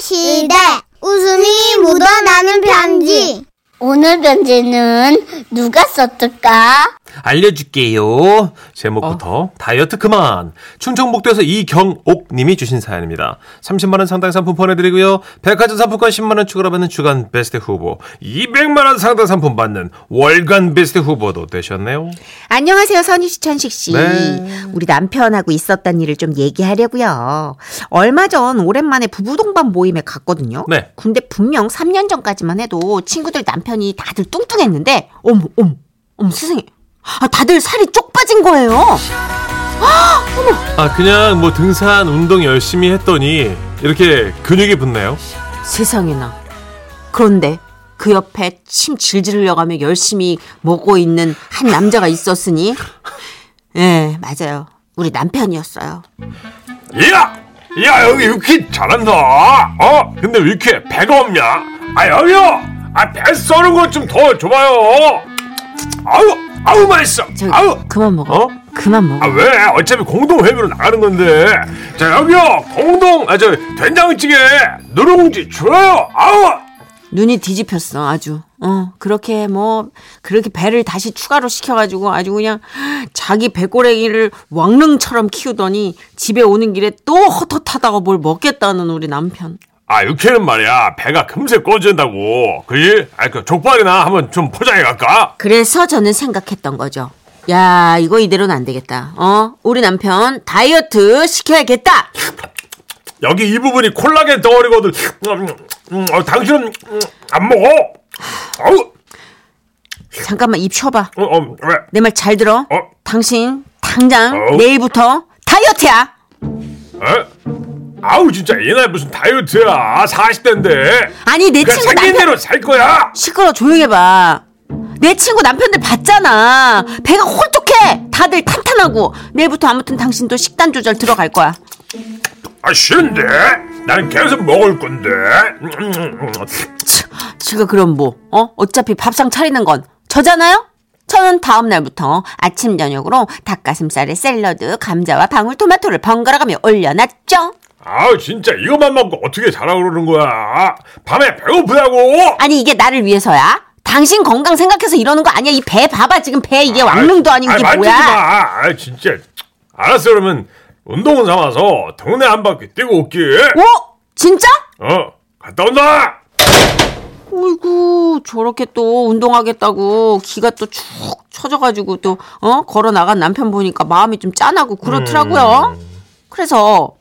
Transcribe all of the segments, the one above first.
시대 웃음이 묻어나는 편지 오늘 편지는 누가 썼을까? 알려줄게요. 제목부터 다이어트 그만. 충청북도에서 이경옥님이 주신 사연입니다. 30만 원 상당 상품 보내드리고요. 백화점 상품권 10만 원 추가로 받는 주간 베스트 후보, 200만 원 상당 상품 받는 월간 베스트 후보도 되셨네요. 안녕하세요, 선희 씨, 천식 씨. 네. 우리 남편하고 있었던 일을 좀 얘기하려고요. 얼마 전 오랜만에 부부 동반 모임에 갔거든요. 네. 근데 분명 3년 전까지만 해도 친구들 남편이 다들 뚱뚱했는데, 어머, 어머, 어머, 세상에. 아, 다들 살이 쪽 빠진 거예요. 아 그냥 뭐 등산 운동 열심히 했더니 이렇게 근육이 붙네요. 세상에나. 그런데 그 옆에 침 질질 흘려가며 열심히 먹고 있는 한 남자가 있었으니, 예, 맞아요. 우리 남편이었어요. 야, 야 여기 위키 잘한다. 어? 근데 왜 이렇게 배가 없냐? 아 여기요. 아배 썰은 것 좀 더 줘봐요. 아우, 아우 맛있어. 저 아우. 그만 먹어. 어? 그만 먹어. 아 왜? 어차피 공동 회비로 나가는 건데. 자 여기요. 공동 아 저 된장찌개 누룽지 줘요. 아우. 눈이 뒤집혔어 아주 어 그렇게 뭐 그렇게 배를 다시 추가로 시켜가지고 아주 그냥 자기 배꼽레기를 왕릉처럼 키우더니 집에 오는 길에 또 헛헛하다가 뭘 먹겠다는 우리 남편 아 육회는 말이야 배가 금세 꺼진다고. 그지? 아그 족발이나 한번 좀 포장해 갈까? 그래서 저는 생각했던 거죠 야 이거 이대로는 안 되겠다 어 우리 남편 다이어트 시켜야겠다 여기 이 부분이 콜라겐 덩어리거든. 음, 음, 어, 당신은 음, 안 먹어? 아우, 잠깐만 입 쉬어봐 어, 어, 왜? 내 말 잘 들어 어? 당신 당장 어? 내일부터 다이어트야 에? 어? 아우 진짜 얘네 무슨 다이어트야? 40대인데. 아니 내 그냥 그러니까 친구 생긴 남편 대로 살 거야. 시끄러 조용히 해봐. 내 친구 남편들 봤잖아. 배가 홀쭉해. 다들 탄탄하고. 내일부터 아무튼 당신도 식단 조절 들어갈 거야. 아 싫은데. 나는 계속 먹을 건데. 음, 음, 음. 치, 지가 그럼 뭐? 어? 어차피 밥상 차리는 건 저잖아요. 저는 다음 날부터 아침 저녁으로 닭가슴살에 샐러드, 감자와 방울토마토를 번갈아가며 올려놨죠. 아우 진짜 이것만 먹고 어떻게 자라 그러는 거야? 밤에 배고프다고. 아니 이게 나를 위해서야? 당신 건강 생각해서 이러는 거 아니야? 이 배 봐봐 지금 배 이게 왕릉도 아닌 게 아이, 뭐야? 만지지 마. 아 진짜. 알았어 그러면 운동은 삼아서 동네 한 바퀴 뛰고 올게. 어? 진짜? 어, 갔다 온다! 어이구 저렇게 또 운동하겠다고 기가 또 축 처져가지고 또 어? 걸어 나간 남편 보니까 마음이 좀 짠하고 그렇더라고요. 그래서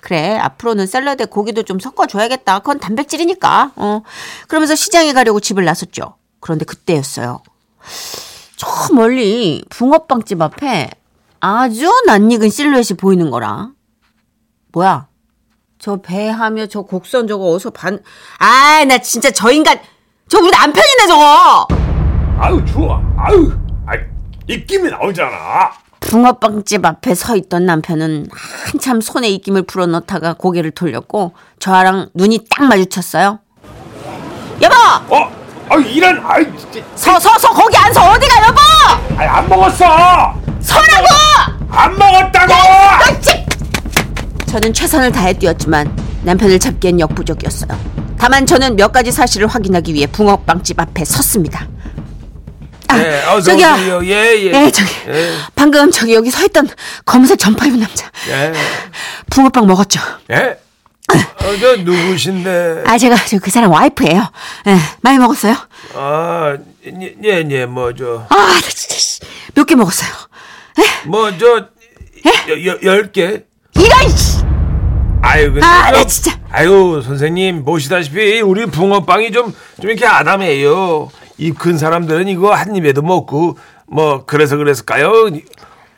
그래 앞으로는 샐러드에 고기도 좀 섞어줘야겠다. 그건 단백질이니까. 어 그러면서 시장에 가려고 집을 나섰죠. 그런데 그때였어요. 저 멀리 붕어빵집 앞에 아주 낯익은 실루엣이 보이는 거라. 뭐야? 저 배하며 저 곡선 저거 어디서 반, 아, 나 진짜 저 인간, 저 우리 남편이네 저거! 아유, 추워. 아유, 아, 입김이 나오잖아. 붕어빵집 앞에 서 있던 남편은 한참 손에 입김을 불어넣다가 고개를 돌렸고 저랑 눈이 딱 마주쳤어요. 여보! 어, 아유, 이런, 아유, 진짜. 서, 서, 서, 거기 안 서! 어디가 여보! 아유, 안 먹었어! 서라고! 안 먹었다고! 깜찍! 저는 최선을 다해 뛰었지만 남편을 잡기엔 역부족이었어요. 다만 저는 몇 가지 사실을 확인하기 위해 붕어빵집 앞에 섰습니다. 아, 저기요. 예, 예. 예, 저기. 방금 저기 여기 서 있던 검은색 점퍼 입은 남자. 예. 붕어빵 먹었죠. 예? 어, 저 누구신데? 아, 제가 저 그 사람 와이프예요. 예, 많이 먹었어요. 아, 예, 예, 예, 뭐, 저, 아, 나 진짜 몇 개 먹었어요. 예? 뭐, 저, 여, 여, 열 개? 이런 씨. 아유, 근데 아, 좀- 나 진짜. 아유, 선생님, 보시다시피 우리 붕어빵이 좀, 좀 이렇게 아담해요. 입 큰 사람들은 이거 한 입에도 먹고, 뭐, 그래서 그랬을까요?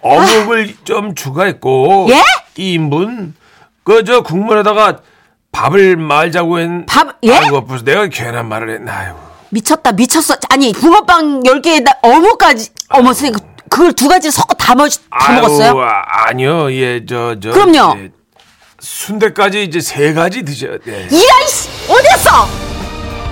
어묵을 좀 추가했고. 아. 예? 2인분? 그, 저, 국물에다가 밥을 말자고 했. 밥- 예? 아이고, 벌써 내가 괜한 말을 했나, 아유. 미쳤다. 미쳤어. 아니, 붕어빵 10개에다 어묵까지. 어머, 선생님. 그- 그걸 두 가지를 섞어 다, 먹, 다 아유, 먹었어요? 아, 아니요, 예, 저, 저. 그럼요. 순대까지 이제 세 가지 드셔야 돼. 이런 씨 어디였어?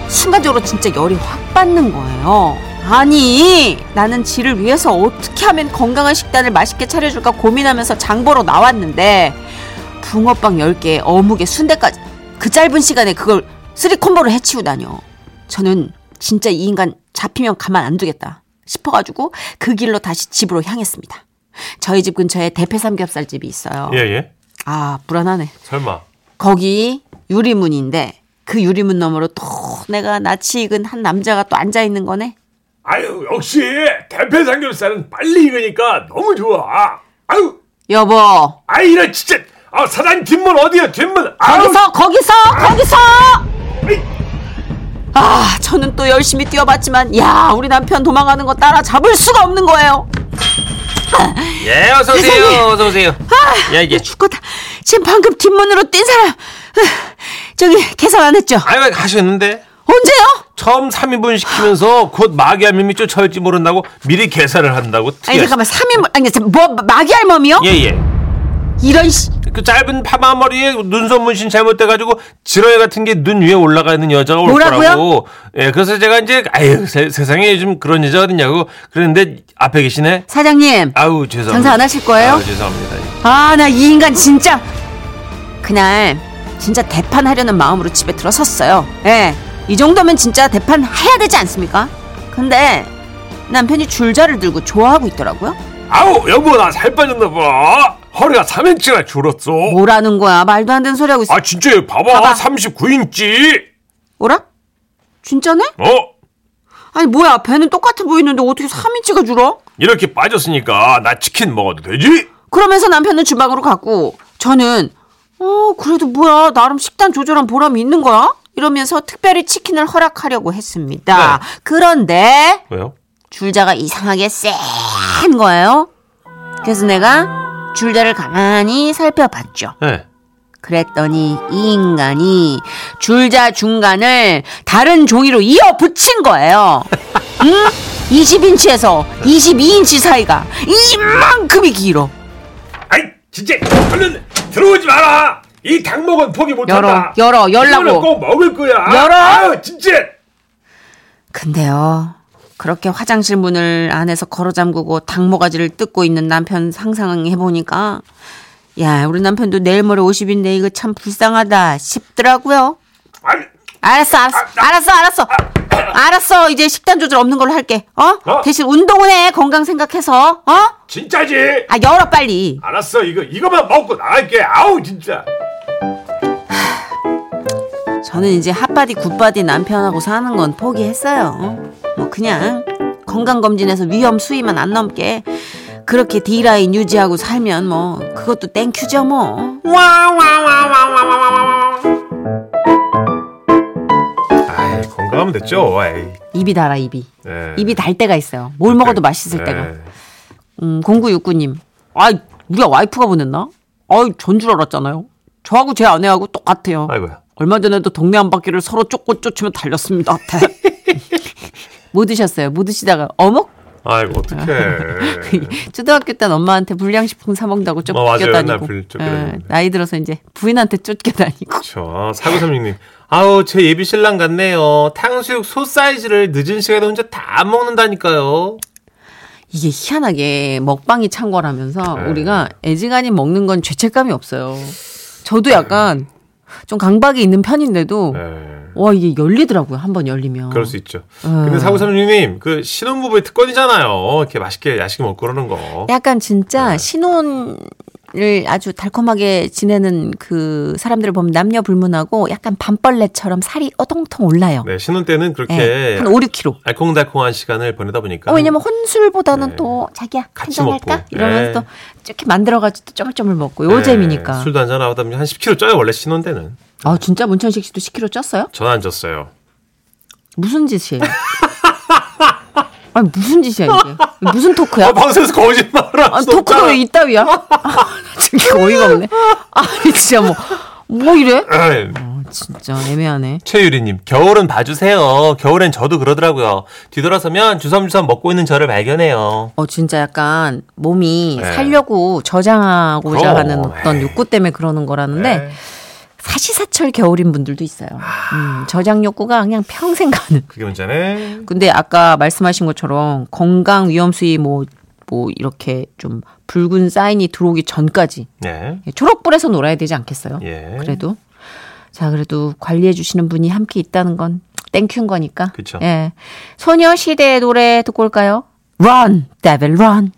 순간적으로 진짜 열이 확 받는 거예요. 아니 나는 지를 위해서 어떻게 하면 건강한 식단을 맛있게 차려줄까 고민하면서 장보러 나왔는데 붕어빵 10개에 어묵에 순대까지 그 짧은 시간에 그걸 쓰리 콤보를 해치우다뇨. 저는 진짜 이 인간 잡히면 가만 안 두겠다 싶어가지고 그 길로 다시 집으로 향했습니다. 저희 집 근처에 대패 삼겹살집이 있어요. 예, 예. 아 불안하네. 설마. 거기 유리문인데 그 유리문 너머로 또 내가 낯이 익은 한 남자가 또 앉아 있는 거네. 아유, 역시 대패 삼겹살은 빨리 익으니까 너무 좋아. 아유, 여보 아 이래 진짜. 아, 사장님 뒷문 어디야? 뒷문. 아우. 거기서 거기서 거기서 아이. 아 저는 또 열심히 뛰어봤지만 야 우리 남편 도망가는 거 따라 잡을 수가 없는 거예요. 예, 어서 오세요. 어서 오세요. 예, 예. 아, 죽겠다. 지금 방금 뒷문으로 뛴 사람 으, 저기 계산 안 했죠? 아유, 가셨는데. 언제요? 처음 3인분 시키면서 곧 마귀 할멈이 쫓아올지 모른다고 미리 계산을 한다고. 아니 잠깐만 3인분 아니 잠- 뭐 마귀 할멈이요? 예, 예. 이런 씨 그 짧은 파마 머리에 눈썹 문신 잘못돼가지고 지렁이 같은 게 눈 위에 올라가 있는 여자가 올 뭐라고요? 거라고. 예, 그래서 제가 이제 아유 세, 상에 요즘 그런 여자 어딨냐고 그랬는데 앞에 계시네. 사장님 아우 죄송합니다. 장사 안 하실 거예요? 아유, 죄송합니다. 아 나 이 인간 진짜 그날 진짜 대판하려는 마음으로 집에 들어섰어요 예, 이 정도면 진짜 대판 해야 되지 않습니까? 근데 남편이 줄자를 들고 좋아하고 있더라고요 아우 여보 나 살 빠졌나 봐. 허리가 3인치나 줄었어. 뭐라는 거야 말도 안 되는 소리 하고 있어 아 진짜 얘 봐봐, 봐봐. 39인치. 뭐라? 진짜네? 어 아니 뭐야 배는 똑같아 보이는데 어떻게 3인치가 줄어? 이렇게 빠졌으니까 나 치킨 먹어도 되지? 그러면서 남편은 주방으로 갔고 저는 어 그래도 뭐야 나름 식단 조절한 보람이 있는 거야? 이러면서 특별히 치킨을 허락하려고 했습니다. 네. 그런데 왜요? 줄자가 이상하게 센 거예요. 그래서 내가 줄자를 가만히 살펴봤죠. 네. 그랬더니 이 인간이 줄자 중간을 다른 종이로 이어 붙인 거예요. 응? 20인치에서 22인치 사이가 이만큼이 길어. 아이 진짜 얼른 들어오지 마라. 이 닭목은 포기 열어, 열어, 열라고. 꼭 먹을 거야. 열어! 아유, 진짜. 근데요. 그렇게 화장실 문을 안에서 걸어 잠그고 닭모가지를 뜯고 있는 남편 상상해 보니까 야, 우리 남편도 내일 모레 50인데 이거 참 불쌍하다 싶더라고요. 아니, 알았어, 알았어, 알았어, 알았어. 알았어, 이제 식단 조절 없는 걸로 할게. 어? 어? 대신 운동은 해, 건강 생각해서. 어? 진짜지. 아, 열어, 빨리. 알았어, 이거 이거만 먹고 나갈게. 아우 진짜. 저는 이제 핫바디 굿바디 남편하고 사는 건 포기했어요. 뭐 그냥 건강검진에서 위험 수위만 안 넘게 그렇게 D라인 유지하고 살면 뭐 그것도 땡큐죠 뭐. 아, 건강하면 됐죠. 에이. 입이 달아 입이. 네. 입이 달 때가 있어요. 뭘 먹어도 맛있을 네. 때가. 음, 0969님. 아, 우리 와이프가 보냈나? 아, 전줄 알았잖아요. 저하고 제 아내하고 똑같아요. 아이고야. 얼마 전에도 동네 한 바퀴를 서로 쫓고 쫓으며 달렸습니다. 뭐 드셨어요? 뭐 드시다가 어묵? 아이고 어떡해. 초등학교 때 엄마한테 불량식품 사 먹는다고 어, 맞아요. 쫓겨다니고 예, 옛날 불- 쫓겨다니는데. 나이 들어서 이제 부인한테 쫓겨다니고 저 사구삼육님. 아우 제 예비 신랑 같네요. 탕수육 소 사이즈를 늦은 시간에 혼자 다 먹는다니까요. 이게 희한하게 먹방이 찬 거라면서 네. 우리가 애지간히 먹는 건 죄책감이 없어요 저도 약간 좀 강박이 있는 편인데도 네. 와 이게 열리더라고요 한 번 열리면 그럴 수 있죠. 어. 근데 사구삼육님 그 신혼부부의 특권이잖아요. 이렇게 맛있게 야식 먹고 그러는 거. 약간 진짜 예. 신혼을 아주 달콤하게 지내는 그 사람들을 보면 남녀 불문하고 약간 밤벌레처럼 살이 어동통 올라요 네 신혼 때는 그렇게 예, 한 5, 6kg 알콩달콩한 시간을 보내다 보니까 어, 왜냐면 혼술보다는 그러니까 네. 또 자기야 같이 한잔할까 먹고. 이러면서 네. 또 이렇게 만들어가지고 또 쪼물쪼물 먹고 요 네, 재미니까 술도 한잔 하다 보면 한 10kg 쪄요 원래 신혼 때는. 아 진짜 문천식 씨도 10kg 쪘어요? 전안 쪘어요. 무슨 짓이에요? 아니 무슨 짓이야 이게 무슨 토크야? 아, 방송에서 거짓말을 아, 할수 토크도 왜 없잖아. 이따위야? 아, 진짜 어이가 없네 아니 진짜 뭐 뭐 이래? 에이. 아, 진짜 애매하네 최유리님, 겨울은 봐주세요. 겨울엔 저도 그러더라고요. 뒤돌아서면 주섬주섬 먹고 있는 저를 발견해요. 어 진짜 약간 몸이 네. 살려고 저장하고자 그럼, 네. 하는 어떤 에이. 욕구 때문에 그러는 거라는데 사시사철 겨울인 분들도 있어요. 아. 음, 저장 욕구가 그냥 평생 가는. 그게 문제네. 근데 아까 말씀하신 것처럼 건강 위험 수위 뭐, 뭐 이렇게 좀 붉은 사인이 들어오기 전까지 예. 초록불에서 놀아야 되지 않겠어요? 예. 그래도 자, 그래도 관리해 주시는 분이 함께 있다는 건 땡큐인 거니까. 그쵸. 예. 소녀시대의 노래 듣고 올까요? Run, Devil Run.